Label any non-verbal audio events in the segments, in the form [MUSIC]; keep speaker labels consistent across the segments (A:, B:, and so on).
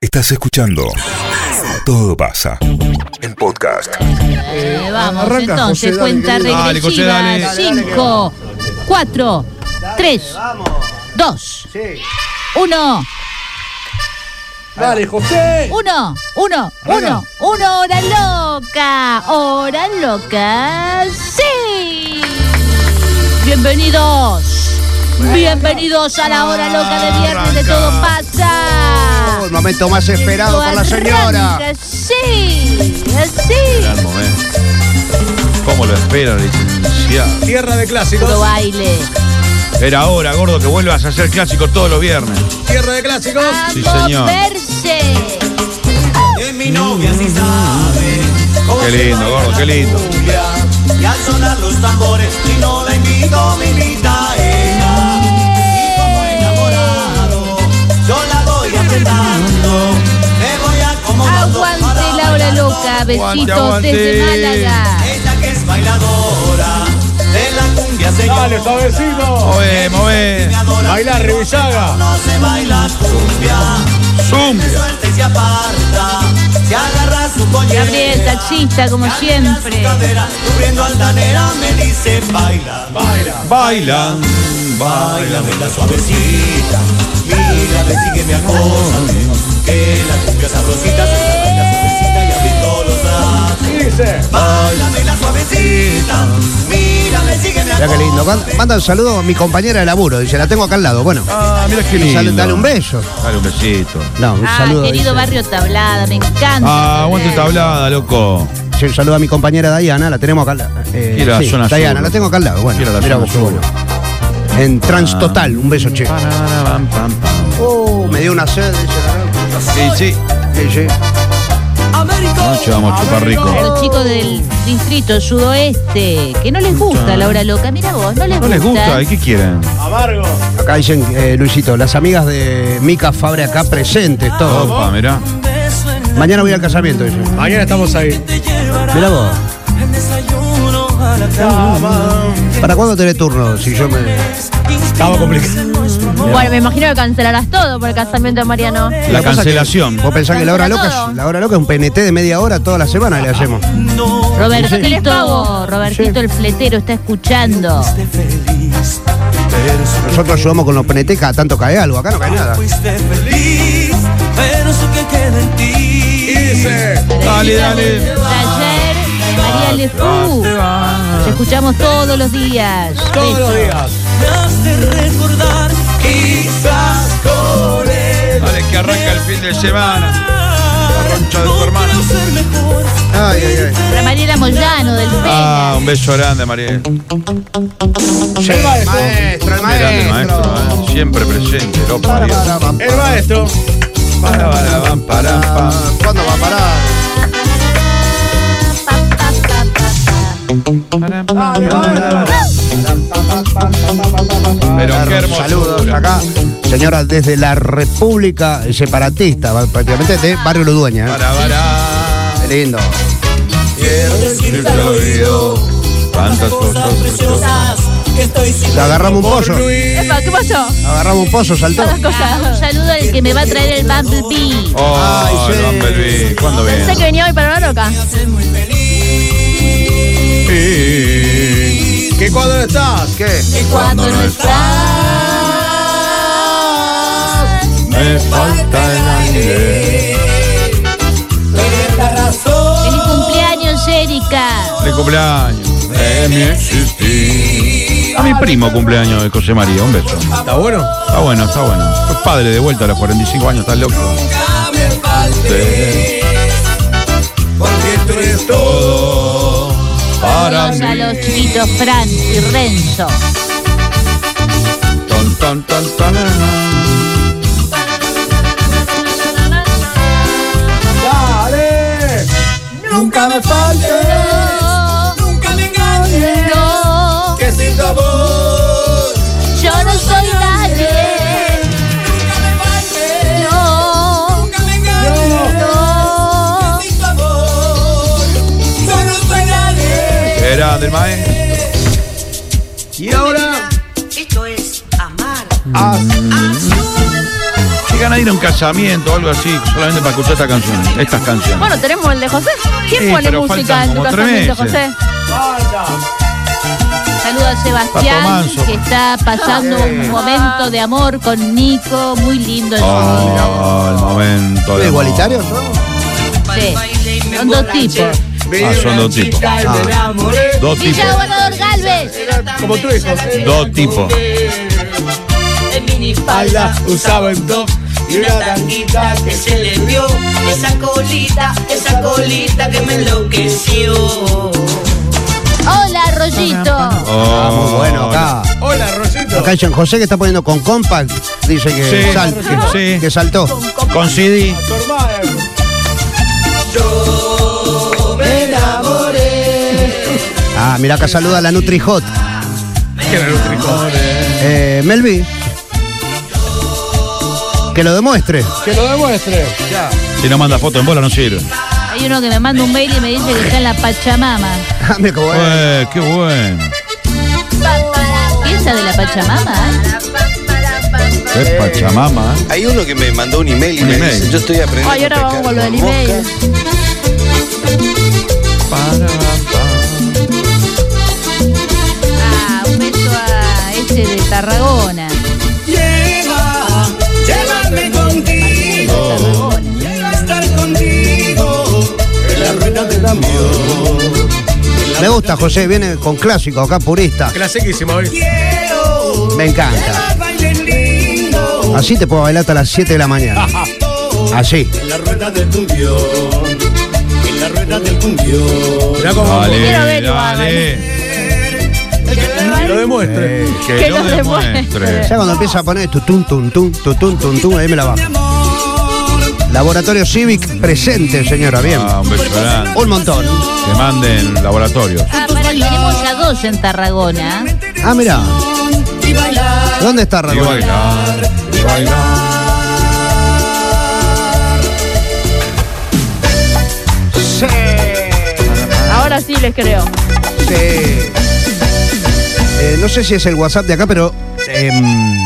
A: Estás escuchando Todo pasa. El podcast.
B: Eh, vamos,
C: arranca, José,
B: entonces,
C: dale,
B: cuenta
C: querido.
D: Dale, José, dale.
B: regresiva.
D: Dale,
C: dale,
B: 5, 4, 3, 2, 1,
C: Dale, José.
B: 1, 1, 1, 1, hora loca, hora loca, sí. Bienvenidos, bienvenidos a la hora loca de viernes de Todo Pasa.
C: El momento más esperado por la señora.
B: Arranca, Sí, así.
D: Gran momento. ¿eh? ¿Cómo lo esperan, licenciado?
E: Tierra de
B: Puro
E: clásicos.
B: baile.
D: Era hora, gordo, que vuelvas a hacer clásico todos los viernes.
E: Tierra de clásicos.
B: Vamos,
D: Sí, señor.
B: verse.
E: Es mi novia, si sabe.
C: Oh,
E: cómo
D: Qué
E: se
D: lindo,
E: baila
D: gordo,
E: la
D: qué lindo.
E: cumbia. Y al sonar los tambores, si no la invito, me invita ella. Y como enamorado, yo la voy apretando. Me voy acomodando.
B: Aguante
E: para
B: la hora
E: bailar
B: loca, besitos
D: aguante.
B: desde Málaga.
E: con Ella que es bailadora de la cumbia, señor.
C: suavecito.
D: Move, move.
E: Me adora,
C: Baila,
E: pero
C: Revillaga.
E: No se baila cumbia. Se
D: Zumbia.
E: suelta y se aparta, se agarra su collera.
B: Gabriel, taxista, como
E: camina
B: siempre.
E: su cadera, Cubriendo altanera, me dice baila. Baila,
D: Bailan, bailan.
E: bailame la suavecita. Mírame, sígueme, acósame. Que la cumbia sabrosita se la baila suavecita y abriendo los brazos.
C: Dice.
E: Bailame la suavecita. Mírame, sígueme,
C: Mira qué lindo.
E: acósame.
C: Mand- Manda un saludo a mi compañera de laburo. Dice, la tengo acá al lado. Bueno,
D: Ah, mira qué
C: sal-
D: lindo.
C: dale un beso.
D: Dale un besito.
C: No, un
B: Ah,
C: saludo.
B: querido
C: dice.
B: barrio Tablada, me encanta.
D: Ah, aguante
B: Eh,
D: tablada, loco.
C: Sí, un saludo a mi compañera Diana. La tenemos acá al lado. Eh,
D: Quiero la
C: sí,
D: zona
C: Diana,
D: sur.
C: la tengo acá al lado. Bueno,
D: Quiero la
C: mira
D: zona
C: vos,
D: Ah.
C: qué bueno. En trans total. Un beso, che.
D: Pam, pam, pam.
C: Oh, me dio una sed. dice, la-
D: Sí, sí.
C: Sí, sí.
D: Noche vamos a chupar rico.
B: Los chicos del distrito sudoeste, que no les gusta la hora loca, mira vos, no les
D: ¿No
B: gusta.
D: les gusta? ¿Y qué quieren?
C: Acá dicen, eh, Luisito, las amigas de Mica Fabre acá presentes, todo.
D: Opa, mirá.
C: Mañana voy al casamiento, dice.
F: Mañana estamos ahí.
C: Mirá vos. ¿Para cuándo tenés turno? Si yo me.
F: Estaba complicado.
B: Bueno, me imagino que cancelarás todo por el casamiento de Mariano.
C: Lo
D: La
C: que pasa es que
D: cancelación.
C: Vos pensás que la hora
B: Cancela
C: loca
B: todo.
C: es, la hora loca es un PNT de media hora toda la semana le hacemos.
B: Robertito, Robertito
C: Sí.
B: el fletero está escuchando.
C: Nosotros ayudamos con los PNT, cada tanto cae algo, acá no cae nada.
G: Fuiste feliz, pero eso que queda en ti.
D: Dale, dale.
B: Taller de María Lefou. Te escuchamos todos los días.
F: Todos los días.
G: Me hace recordar, quizás con él.
D: Dale que arranca el fin de semana. roncha de tu
G: No
D: hermano.
G: puedo ser mejor.
C: Ay, ay,
B: Para Mariela Moyano del Peña.
D: Ah, un beso grande, María.
C: ay. el maestro, el
D: Grande maestro, eh. siempre presente, lo
C: Para,
D: parió.
C: para, para.
F: El maestro.
D: Para, para, pam, para, pam.
C: ¿Cuándo va a parar?
D: Pero qué hermoso.
C: Saludos acá. Señora, desde la República Separatista, prácticamente de Barrio Ludueña. ¿eh?
D: Para, para.
C: Qué lindo.
D: Quiero decirte al oído cuántas cosas preciosas.
C: Le agarramos un pozo.
B: ¿Qué pasó?
C: Agarramos un pozo, saltó.
B: Ah, Un saludo al que me va a traer el Bumblebee.
C: Ay,
D: Oh,
C: sí.
D: el hombre Luis, ¿cuándo
B: Pensé que
D: viene?
B: venía hoy para la loca.
D: Sí.
C: ¿Qué cuadro estás? ¿Qué?
B: Cuando no
D: Me falta el aire.
B: Feliz cumpleaños, Erika.
D: De cumpleaños. De mi existir. A mi primo cumpleaños de José María, un beso.
F: ¿Está bueno?
D: Está bueno, está bueno. Fue padre de vuelta a los 45 años, está loco.
E: Porque tú eres todo.
D: Para
B: Saludos a los chiquitos Fran y Renzo.
D: Ton, ton, ton, ton.
E: Nunca me faltes, nunca me engañes.
B: No,
E: Que sin tu amor.
B: yo no soy nadie.
E: Nunca me faltes,
B: No,
E: nunca me engañes.
B: no.
E: Sin tu amor, yo no soy nadie.
D: Era del maestro.
C: Y ahora.
H: Esto es amar.
C: Ah,
D: Sigan van a ir a un casamiento o algo así solamente para escuchar esta canción, estas canciones.
B: Bueno, tenemos el de José. ¿Quién
D: Sí,
B: pone
D: pero
B: música
D: faltan
B: en tu
D: como tres
B: casamiento, José?
D: meses.
B: Saluda a
D: Pato
B: Sebastián,
D: Manso.
B: que está pasando un momento de amor con Nico, muy lindo. en su
D: Oh, el momento. de
C: ¿Igualitarios?
D: amor.
B: Sí. Son dos tipos.
D: Ah, son dos tipos. Dos tipos.
B: Villa Gobernador Galvez.
F: Como tú dices. eh,
D: Dos tipos.
F: Alda usaba en top y una tanguita que se le dio.
G: Esa colita, esa colita que me enloqueció.
B: Hola, Rollito.
C: Ah,
D: Oh,
C: muy bueno acá.
F: Hola, Rosito.
C: Acá hay San José que está poniendo con compact, dice que,
D: Sí,
C: sal-
D: sí.
C: que- que saltó.
D: Con CD.
F: Tu hermano.
C: Ah, mira acá saluda a la NutriHot.
F: ¿Quién era el tricot?
C: Eh, Melvi. Que
F: [LAUGHS]
C: lo demuestre.
F: Que lo demuestre. Ya.
D: Si no manda foto en bola, no sirve.
B: Hay uno que me manda un mail y me dice que está en la Pachamama.
C: Ah, mira cómo es.
D: Eh, qué bueno.
B: ¿Piensa de la Pachamama? eh?
D: Qué pachamama. ¿eh?
H: Hay uno que me mandó un email y
D: Un
H: me
D: email.
H: dice, yo estoy aprendiendo
B: Ay, ahora
H: a pescar
B: vamos con lo
H: con
B: del email.
H: moscas".
B: Ah, un beso a ese de Tarragona.
G: Lleva, llévame contigo. Quiero estar contigo.
C: Me gusta José, viene con clásico acá purista.
F: Clasiquísimo hoy.
G: Quiero,
C: Me encanta.
G: que bailen lindo.
C: Así te puedo bailar hasta las 7 de
F: [LAUGHS]
C: la mañana. Así.
F: Mirá cómo
B: Quiero ver,
D: dale.
F: Que lo demuestre.
D: Que,
B: Que
D: lo
B: lo demuestre.
D: demuestre.
C: Eh, Ya cuando empieza a poner tutun, tun, tun, tutun, tun, tun, ahí me la baja. Laboratorio Civic presente, señora, bien.
D: Ah, un beso grande.
C: Un montón.
D: Que manden laboratorios.
B: Ah, pará, tenemos a dos en Tarragona.
C: Ah, mira. ¿Dónde está
D: Y
C: Raúl?
D: bailar, y bailar.
B: Ahora sí les creo.
C: Eh, eh, no sé si es el WhatsApp de acá, pero em,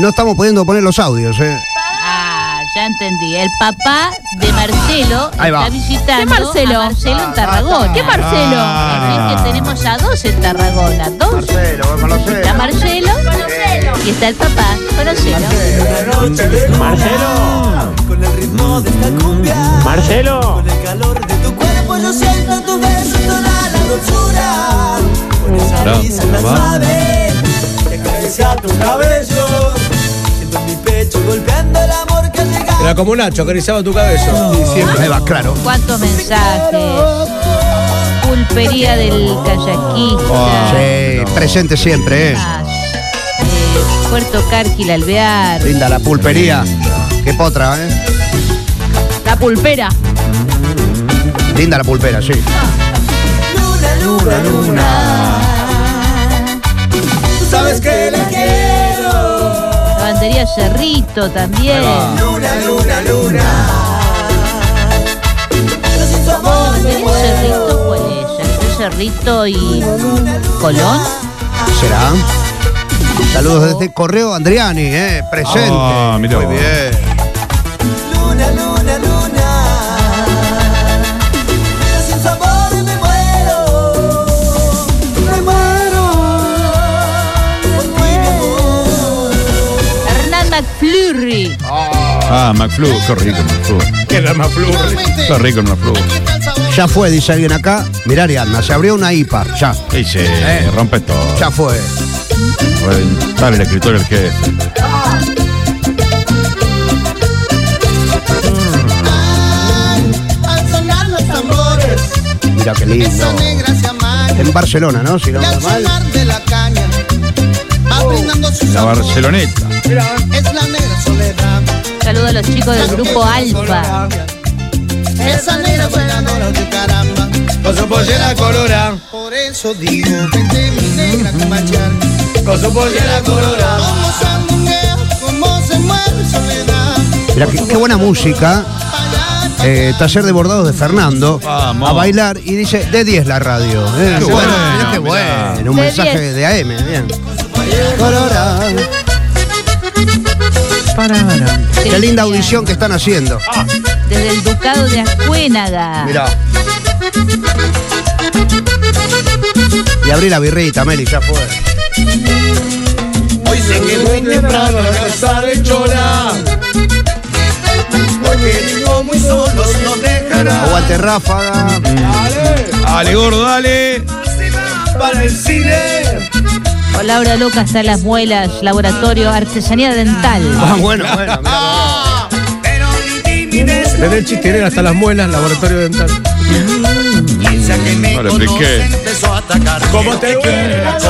C: no estamos pudiendo poner los audios. eh.
B: Ah, ya entendí. El papá de Marcelo
C: Ahí va.
B: está visitando
I: ¿Qué Marcelo?
B: a Marcelo en Tarragona.
I: ¿Qué Marcelo?
D: Ah.
B: Es que eh, tenemos a dos en Tarragona. Dos. Está Marcelo y está el papá. Marcelo.
E: Marcelo. Con el ritmo de esta cumbia.
J: Marcelo,
E: Con el calor de tu cuerpo yo siento tu beso y toda la dulzura. Con esa
D: Dam,
E: risa tan
D: dam.
E: suave que acaricia tu cabello. Siento en mi pecho golpeando el amor que ha llegado.
F: Era como Nacho, acariciaba tu cabello. Y siempre.
C: Ahí va, claro.
B: ¿Cuántos mensajes? Pulpería del
D: Ah,
B: kayakista.
C: Sí, presente siempre, eh.
B: Ah, eh, Puerto Carquil, Alvear.
C: Linda la pulpería. Qué potra, ¿eh?
B: La pulpera.
C: Linda la pulpera, sí.
E: Luna, luna. Tú sabes que la quiero.
B: Lavandería Cerrito también.
E: Luna, luna, luna. Pero sin tu amor me
B: Lavandería Cerrito, ¿cuál es? Entre Cerrito y Colón.
C: ¿Será? Saludos desde Correo Andriani, eh, presente.
D: Ah, mirá
C: Muy
D: vos.
C: bien.
E: Luna, luna, luna. Pero sin su amor me muero. Me muero. Por ti, mi amor.
B: Hernán McFlurry.
D: Ah, McFlu, qué rico el McFlu.
F: Que era más flujo.
D: Qué rico el McFlu.
C: Ya fue, dice alguien acá. Mirá, Ariadna, se abrió una IPA. Ya, Eh.
D: Y se rompe todo.
C: ya fue.
D: Reventar el escritor el jefe.
C: Mira qué lindo. En Barcelona, ¿no? Si no me mal.
F: Oh,
D: La Barceloneta.
B: Saludos a los chicos del grupo Alfa.
J: Esa negra fue la nora de caramba.
F: Con su pollera colora.
J: Por eso digo, vente mi negra a machar.
F: Con su pollera colora.
J: Como esa mujer, como se mueve soledad.
C: Mirá qué, qué buena música. Eh, taller de bordados de Fernando.
D: Vamos.
C: A bailar. Y dice, de 10 la radio. Eh,
D: Qué
C: bueno,
D: bueno,
C: mirá qué
D: mirá.
C: bueno. Un
B: De
C: eh, mensaje
B: 10.
C: de AM, bien. Colorado.
D: pararam.
C: Qué linda audición que están haciendo.
B: Desde el Ducado de Ascuénaga.
C: Mirá. Y abrí la birrita, Meli, ya fue.
E: Hoy sé que muy temprano la estaré llora. Porque digo muy solos nos dejará.
C: Aguante ráfaga.
D: Dale, gordo, dale.
E: Para el cine.
B: O Laura Loca está en las muelas, laboratorio, artesanía dental.
C: Ah, bueno, bueno.
E: Pero ni timidez.
F: Desde el chistinero hasta las muelas, laboratorio dental.
E: Piensa que me
D: No le expliqué.
E: conoce, empezó a atacar.
F: ¿Cómo te duele la
C: Ah,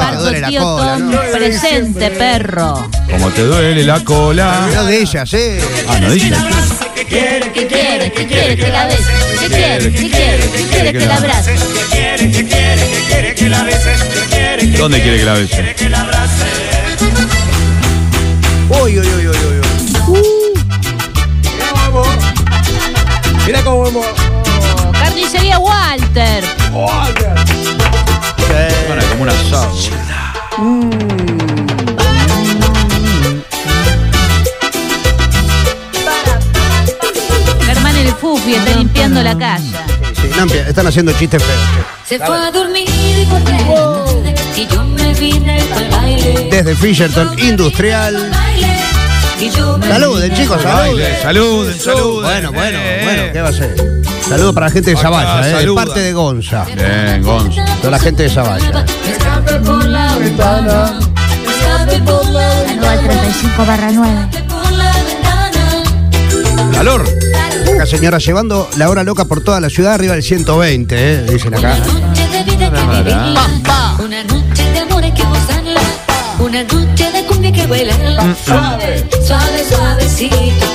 C: Me
B: Marco
C: duele la
B: Tío
C: cola,
B: Tom,
C: ¿no?
B: presente, perro.
D: Como te duele la cola.
C: Mirá de ellas, ¿eh?
D: Ah, no dice.
E: ¿Qué quiere?
B: ¿Qué quieres? ¿Qué quieres que la des? ¿Qué quieres? ¿Qué quieres? ¿Qué quieres que la abrace?
E: ¿Qué quiere? ¿Qué quiere? ¿Qué quiere que la beses? ¿Qué quiere? ¿Qué
D: ¿Dónde quiere que la bese?
E: quiere que la abrace?
C: Uy, uy, uy, uy, uy. uy.
F: Mira cómo hemos.
B: Carnicería Walter.
D: Bueno, como un asado.
B: Germán el Fufi está limpiando la casa.
C: Sí, no, empie- están haciendo chistes feos.
I: Se fue a dormir y volvió Y yo me vine al baile
C: Desde Fisherton Industrial.
I: Y yo me
C: Saludos, chicos,
D: Baile,
C: saludos.
D: Saluden, saluden.
C: Bueno, bueno,
D: Eh.
C: bueno, ¿qué va a ser? Saludos para la gente de
D: Acá,
C: Zavalla, ¿eh? de
D: saluda.
C: parte de Gonza.
D: Bien, Gonzo.
C: Toda la gente de ¿eh? Zavalla.
I: Me escapé por la ventana Me escapé por la ventana
B: 35 barra 9.
I: Por la ventana
D: Calor.
C: Acá, señora, llevando la hora loca por toda la ciudad, arriba del 120, ¿eh? dicen acá.
I: Noche de vida que vivirla Una noche de amor hay que gozarla Una noche de cumbia hay que
C: Mm,
I: bailarla Suave, suave, suavecito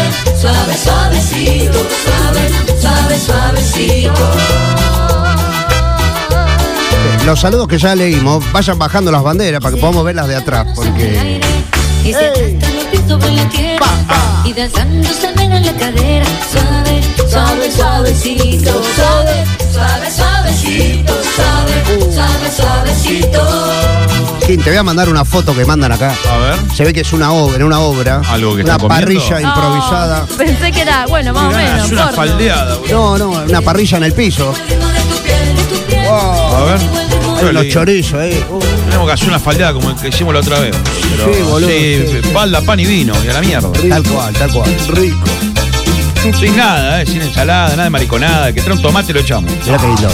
I: Suave, suave, suavecito Suave, suave, suavecito
C: Los saludos que ya leímos, vayan bajando las banderas para que podamos verlas de atrás, porque
I: Y se aplastan los pies sobre la tierra Y danzando se mena la cadera Suave, suave, suavecito Suave, suave, suavecito Suave, suave, suavecito
C: Kim, te voy a mandar una foto que mandan acá.
D: A ver.
C: Se ve que es una obra, una obra,
D: Algo que
C: una
D: están comiendo.
C: parrilla improvisada.
B: Oh, pensé que era, bueno, más o menos.
D: es una
B: porno.
D: faldeada,
C: No,
D: boludo.
C: no, una parrilla en el piso.
I: Ritmo de tu piel, de tu piel
D: A ver.
C: Hay unos
D: Qué lindo.
C: chorizos, eh. Uh,
D: Tenemos que hacer una faldeada como el que hicimos la otra vez. Pero-
C: Sí, boludo,
D: Sí,
C: sí.
D: palda, pan y vino. Y a la mierda.
C: tal cual, tal cual. Rico.
D: Sin nada, ¿eh? sin ensalada, nada de mariconada. Que trae un tomate y lo echamos.
C: Mirá qué lindo.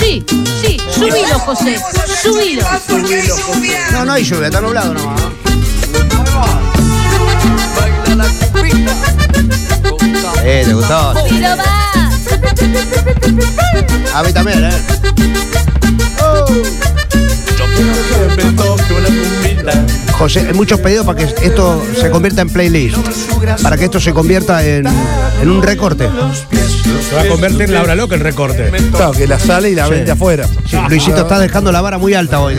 B: Sí, sí, sí. Subilo, José. Subilo.
C: No, no hay lluvia, está nublado nomás. Eh, te gustó.
B: Subilo va.
C: A mí también, eh.
F: Siempre toco la bombita.
C: José, hay muchos pedidos para que esto se convierta en playlist. Para que esto se convierta en, en un recorte.
K: Se va a convertir en la hora loca el recorte.
F: Claro, que la sale y la
C: Sí.
F: vende afuera.
C: Sí, Luisito está dejando la vara muy alta hoy.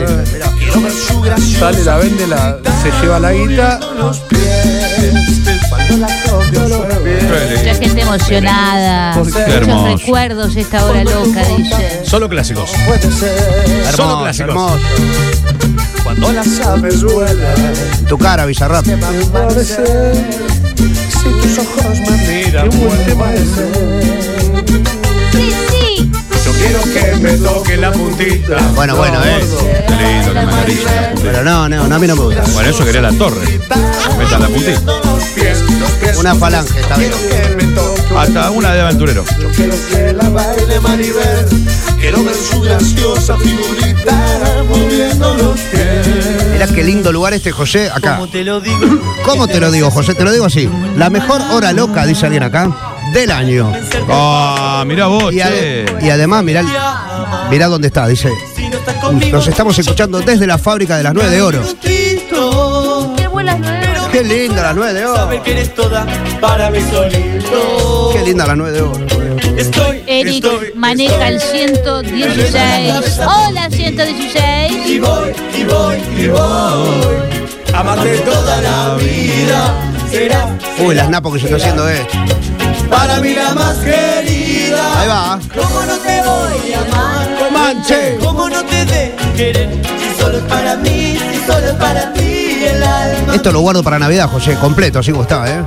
F: Sale, la vende, la, se lleva la guita.
B: Mucha gente emocionada. Muchos
D: hermoso.
B: recuerdos esta hora loca, dice.
K: Solo clásicos. Solo
C: Hermoso,
K: clásicos.
C: hermoso.
F: Cuando la sabes duela.
C: En tu cara, Bizarrap.
F: Si tus ojos me miran, qué buen tema ese.
B: Sí, sí.
F: Yo quiero que me toque la puntita.
C: Bueno, bueno, eh.
D: Qué lindo, que me agarilla la puntita.
C: Pero no, no, no, a mí no me gusta.
D: Bueno, eso quería la torre. Metan la puntita.
C: Una falange, está bien.
D: Hasta una de aventurero.
F: Quiero que la baile Maribel. Quiero ver su graciosa figurita moviendo los pies.
C: Mirá qué lindo lugar este, José, acá.
G: Como te lo digo,
C: ¿Cómo te lo digo, José? Te lo digo así. La mejor hora loca, dice alguien acá, del año.
D: Ah, mirá vos,
C: Y,
D: che.
C: ade- y además, mirá, el- mirá dónde está, dice. Nos estamos escuchando desde la fábrica de las 9 de oro.
B: Qué buenas nuevas.
C: Qué linda las 9 de oro.
G: sabe que eres toda para mí solito.
C: Qué linda las 9 de oro.
G: Estoy, estoy,
B: Eric maneja el 116. Hola, 116.
G: y voy, y voy, y voy. Amarte toda la vida será
C: Uy, las napos que se está haciendo eh.
G: para mí la más querida.
C: Ahí va.
G: ¿Cómo no te voy a amar?
C: Comanche.
G: ¿Cómo no te de querer? Si solo es para mí, si solo es para ti el alma.
C: Esto lo guardo para Navidad, José, completo, así como está, ¿eh?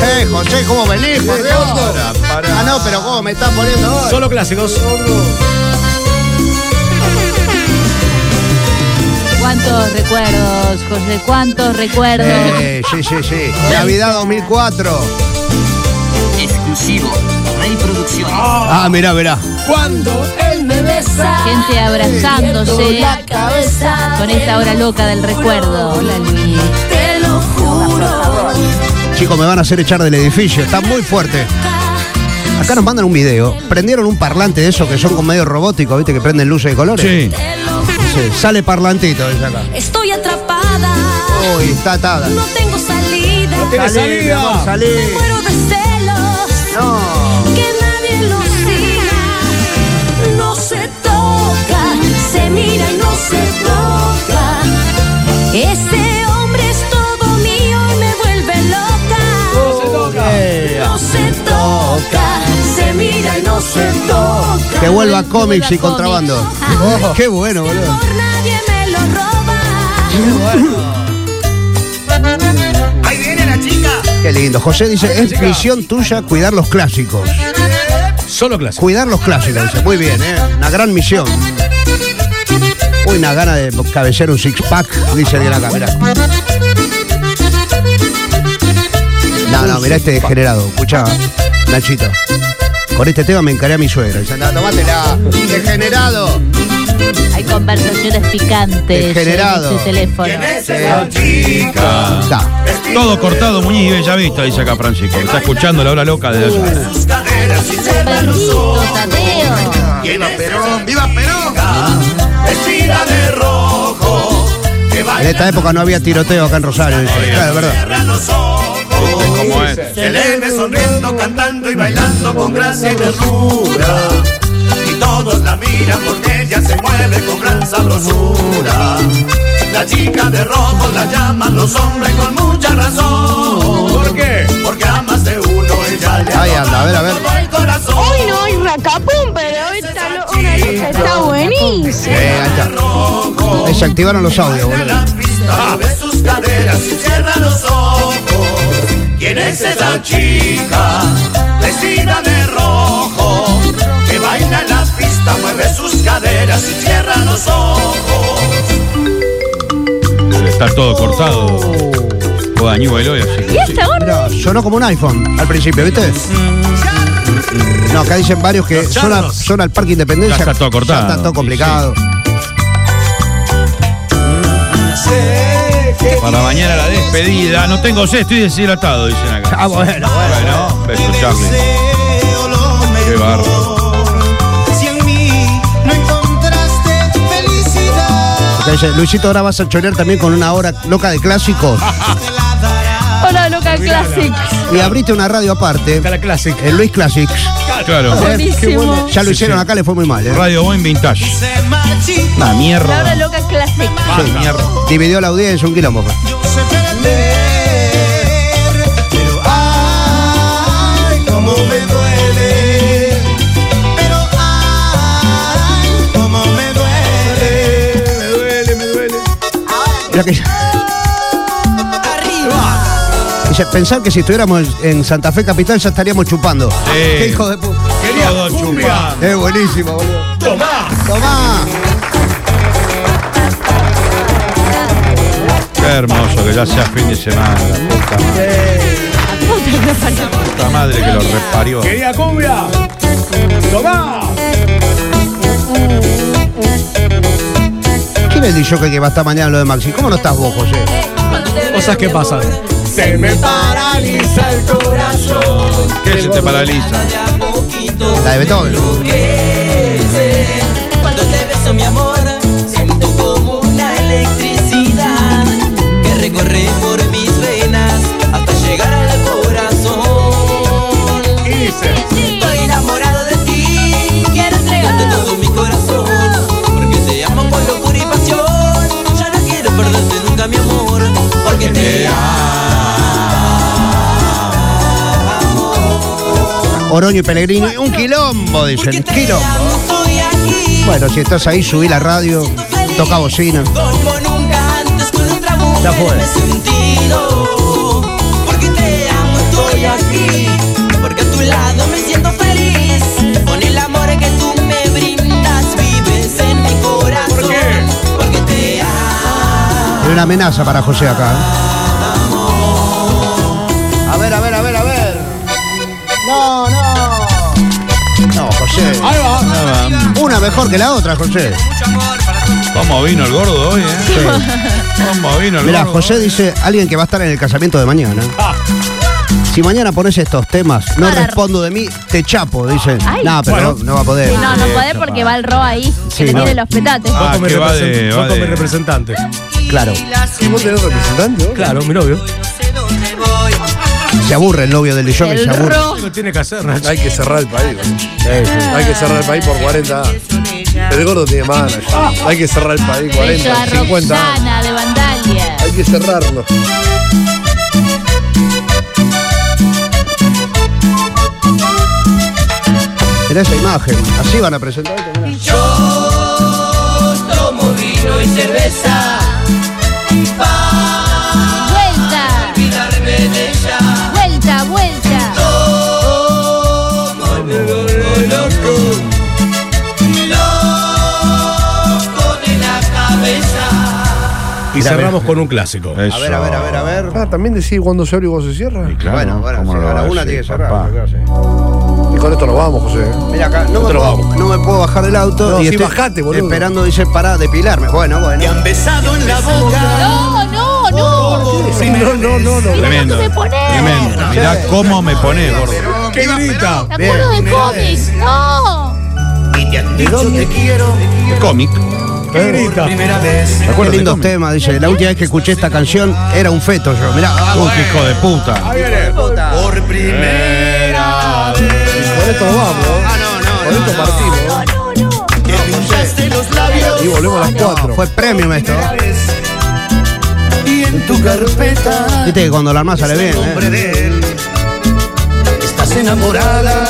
C: Che, José, ¿cómo venís, por Dios? Ah, no, pero ¿cómo me estás poniendo ahora?
K: Solo clásicos.
B: ¿Cuántos recuerdos, José? ¿Cuántos recuerdos?
C: Eh, sí, sí, sí. Navidad 2004.
L: Exclusivo. Rey Producciones.
C: Ah, mirá, mirá.
B: Gente abrazándose con esta hora loca del recuerdo. Hola, Luis.
C: Chicos, me van a hacer echar del edificio. Está muy fuerte. Acá nos mandan un video. Prendieron un parlante de esos que son con medio robótico, ¿viste? Que prenden luces de colores.
D: Sí.
C: Entonces, sale parlantito, dice acá.
I: Estoy atrapada.
C: Uy, está atada.
I: No tengo salida.
K: No tiene salida.
C: Salí.
I: Me muero de celos.
C: No.
I: Que nadie los diga. No se toca. Se mira y no se toca. Ese hombre es todo mío y me vuelve loca.
C: Eh,
I: No se toca. Se mira y no se toca.
C: Que vuelva cómics y contrabando.
I: Ajá.
C: Qué bueno, boludo.
I: Por nadie me lo roba.
G: Ahí viene la chica.
C: Qué lindo. José dice, es misión tuya cuidar los clásicos.
K: Solo clásico.
C: Cuidar los clásicos, dice. Muy bien, ¿eh? Una gran misión. Uy, una gana de cabecear un six-pack, dice alguien acá, mirá. No, no, mirá este degenerado. Escucha, Nachito. Con este tema me encaré a mi suegra. Dice, no, tomátela. Degenerado.
B: Hay conversaciones picantes en
C: Degenerado.
B: este teléfono.
C: Está.
D: Todo cortado, Muñiz y Bellavista, dice acá Francisco. que Está escuchando la hora loca de allá.
B: Perrito, Tadeo.
G: Viva Perón, viva Perón. Vestida de rojo. Que
C: En
G: baila
C: esta época no había tiroteo acá en Rosario. dice. Claro, es verdad.
G: cierra los ojos.
D: ¿Cómo es?
G: Se le ve sonriendo, cantando y bailando con gracia y ternura. Y todos la miran porque ella se mueve con gran sabrosura. La chica de rojo la llaman los hombres con mucha razón.
K: ¿Por qué?
G: Porque a más de uno ella le
C: Ahí
G: ha
C: anda, a ver, a ver.
G: tocado el corazón.
M: Hoy no hay racapum, pero hoy está lo- una lista está buenísima.
C: Eh, ahí está. Ahí se activaron los audios, boludo.
G: La pista ve sus caderas y cierra los ojos. ¿Quién es esa chica vestida de rojo que baila en la pista, mueve sus caderas y cierra los ojos?
D: Está todo cortado. Codañú Beloy, así
B: ¿Y
D: que sí.
B: esta hora?
C: Uh, Mirá, sonó como un iPhone al principio, ¿viste? No, acá dicen varios que son, a- son al Parque Independencia.
D: Ya está todo cortado.
C: Ya está todo
D: Sí,
C: complicado.
E: Eh,
D: Para mañana la despedida. No tengo sed, estoy deshidratado, dicen acá.
C: Ah, bueno, bueno.
D: Bueno, escuchable.
E: ¿eh? Deseo lo
D: Qué
E: mejor. Si en mí no encontraste felicidad,
C: Acá dice, Luisito, ahora vas a chorear también con una hora loca de clásicos.
D: Ah,
B: Hola, Loca Classics.
C: Y abriste una radio aparte,
K: Está la clásica.
C: el Luis Classics. Eh,
D: Claro.
B: Buenísimo.
C: Ya lo
D: Sí,
C: hicieron
D: sí.
C: acá, le fue muy mal. ¿eh?
D: Radio Buen Vintage.
E: se marchita.
B: La
D: La
B: hora
D: mierda.
B: Loca Classics.
D: Ah, mierda.
C: Dividió la audiencia un quilombo. fue.
E: Yo sé perder, pero ay, cómo me duele. Pero ay, cómo me duele.
K: Me duele, me duele.
C: Mirá que- Dice, pensar que si estuviéramos en Santa Fe Capital ya estaríamos chupando. Qué [LAUGHS] hijo de puta.
D: Quería dos chupas.
C: Es buenísimo, boludo.
K: Tomá.
C: Tomá.
D: Qué hermoso que ya sea fin de semana. La puta madre, puta madre que lo reparió.
K: Quería cumbia. Tomá.
C: ¿Quién es el DJ que va a estar mañana en lo de Maxi? ¿Cómo no estás vos, José?
K: Cosas que pasan. Se me paraliza el corazón.
D: ¿Qué se te paraliza?
C: La de Beethoven.
G: Cuando te beso mi amor, siento como una electricidad que recorre por mis venas hasta llegar al corazón. Estoy enamorado de ti, quiero entregarte todo mi corazón, porque te amo con locura y pasión. Ya no quiero perderte nunca mi amor, porque te
C: Oroño y Pellegrini. Un quilombo, dicen. Quilombo.
G: amo, estoy aquí
C: Bueno, si estás ahí, subí la radio, toca bocina.
G: como nunca antes con otra
C: Ya
G: mujer
C: fue.
G: me he sentido. Porque te amo, estoy aquí. Porque a tu lado me siento feliz. Con el amor que tú me brindas, vives en mi corazón. Porque te amo.
C: Hay una amenaza para José acá. ¿eh? A ver, a ver, a ver, a ver. No, no. No, José.
K: Ahí va.
D: Ah,
C: Una mejor que la otra, José.
D: ¿Cómo vino el gordo hoy, eh? ¿Cómo vino el
C: Mirá,
D: gordo?
F: Ah.
C: José dice alguien que va a estar en el casamiento de mañana. Si mañana pones estos temas, no respondo de mí, te chapo, dicen.
B: Ay.
C: No, pero
B: Bueno.
C: no, no va a poder.
B: Sí, no, no podés porque va el ro ahí,
C: Sí,
B: que te
C: no.
B: tiene los petates.
N: Vos
D: Ah,
N: como
D: que va
N: represent-
D: de-
N: vos
D: va
N: como
D: de-
N: representante.
C: Claro.
F: ¿Y vos tenés representante? obvio.
N: Claro, mi novio.
C: Se aburre el novio del show,
B: El
C: se aburre.
B: ro.
N: Lo tiene que hacer, Nacho.
F: Hay que cerrar el país. ¿no? Hay que cerrar el país por 40 años. El gordo tiene manager. Hay que Ah. cerrar el país
B: Bello a
F: 40, 50 años.
B: Roxana de Vandalia.
F: Hay que cerrarlo.
C: Mirá esa imagen. Así van a presentar. este esto, mirá.
E: Yo tomo vino y cerveza para
B: Vuelta,
E: olvidarme de ella.
B: vuelta, vuelta.
E: Tomo el loco, loco de la cabeza.
N: Y cerramos con un clásico.
C: A ver, a ver, a ver, a ver.
F: Ah, también decís cuándo se abre y cuándo se cierra.
D: Y claro,
C: Bueno, bueno,
D: ¿cómo
C: sí,
D: no lo
C: a la
D: va
C: una
D: decir,
C: tiene que cerrar.
D: papá?
C: yo qué sé.
F: Y con esto nos vamos, José.
C: Mira acá, no, me
F: Nosotros
C: puedo,
F: vamos.
C: no me puedo bajar del auto.
F: No,
C: y
F: sí,
C: estoy
F: bajate, boludo.
C: Esperando, dice, para depilarme. Bueno,
G: Te
C: bueno.
G: han besado en la boca.
B: No, no, no.
F: No, no, no, no.
B: Mirá
D: Tremendo.
B: cuánto me ponés.
D: Tremendo. Mirá cómo me ponés, gordo.
N: ¿Qué grita?
B: ¿Te acuerdas de
C: Bien.
B: cómics? No.
G: Y te han dicho te quiero
D: El cómic.
N: ¿Qué grita?
G: primera vez.
C: Qué
D: Acuérdate,
C: lindos
D: come.
C: temas, dice. La última vez que escuché esta canción era un feto yo. Mirá, ah,
D: Uy, qué hijo de puta.
G: Por primera vez.
F: Con esto nos vamos.
C: Ah,
F: Con esto partimos.
B: No, no, no.
G: Te pinchaste los labios.
F: Y volvemos a las 4.
C: fue premium esto. ¿eh?
G: Y en tu carpeta.
C: Viste que cuando la armás sale
G: está
C: bien,
G: el nombre
C: ¿eh?
G: de él. Estás enamorada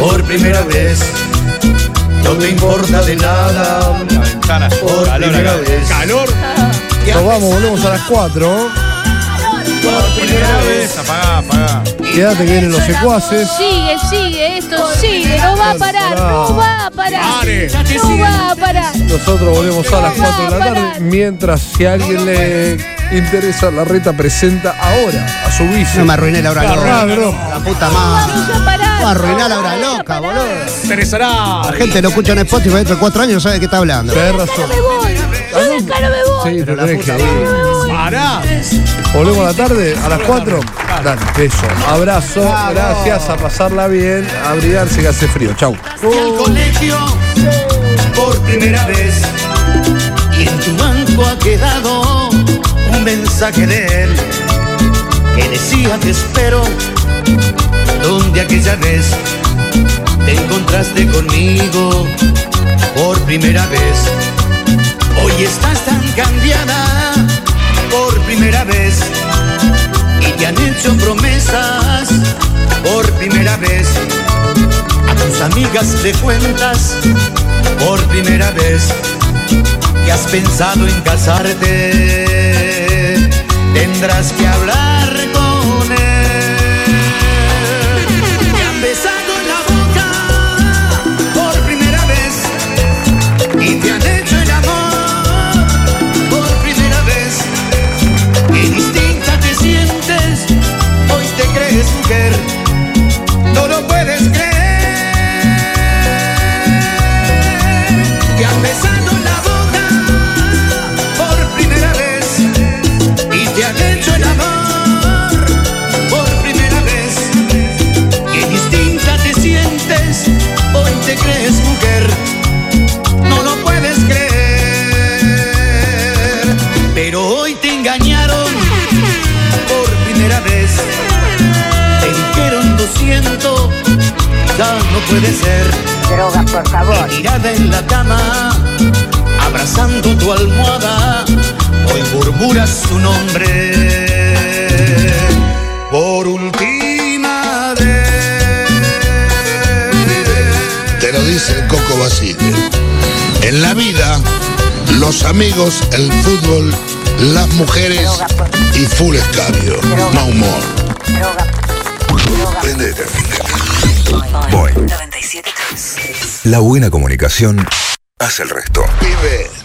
G: por primera vez. No te importa de nada.
D: La ventana,
G: Por
D: calor
G: primera
D: acá.
G: vez.
N: Calor.
C: eh.
F: Nos vamos, volvemos a las 4.
G: Por primera vez.
D: Apagá, apagá.
F: Quédate que vienen los secuaces.
B: Sigue, sigue, esto sigue. No va a parar, no va a parar. No va a parar.
F: Nosotros volvemos a las 4 de la tarde. Mientras, si a alguien le interesa, la reta presenta ahora a su bici.
C: No me arruiné la hora
F: Arrá, bro.
C: loca. La puta madre.
B: Vamos a parar.
C: No arruiná la
B: no
C: hora
B: vamos a
C: loca,
B: parar.
C: boludo.
N: Teresa.
C: La gente lo escucha en Spotify dentro de cuatro años no sabe de qué está hablando.
F: Tenés razón.
B: Me voy. Yo de acá no me voy.
F: Sí, pero tenés que ir.
N: Pará.
F: Volvemos a la tarde, a las 4. Dale, beso, abrazo, gracias, a pasarla bien, a abrigarse que hace frío. Chau.
G: Fui al colegio por primera vez y en tu banco ha quedado un mensaje de él que decía te espero donde aquella vez te encontraste conmigo por primera vez hoy estás tan cambiada por primera vez y te han hecho promesas por primera vez a tus amigas le cuentas por primera vez que has pensado en casarte. Tendrás que hablar con él. Te han besado en la boca por primera vez y te han hecho el amor por primera vez. Y distinta te sientes, hoy te crees mujer, no lo puedes creer. Te han besado en la boca por primera vez y te han hecho el amor por primera vez. Qué distinta te sientes, hoy te crees mujer, no lo puedes creer. Pero hoy te engañaron por primera vez. Te dijeron lo siento, ya no puede ser.
O: Drogas, por favor.
G: Y tirada en la cama, abrazando tu almohada, hoy murmuras su nombre. Por última vez.
P: Te lo dice el Coco Basile. ¿eh? En la vida, los amigos, el fútbol, las mujeres y full escabio. Más humor. Prendete.
Q: Voy. La buena comunicación hace el resto.
P: Pibe.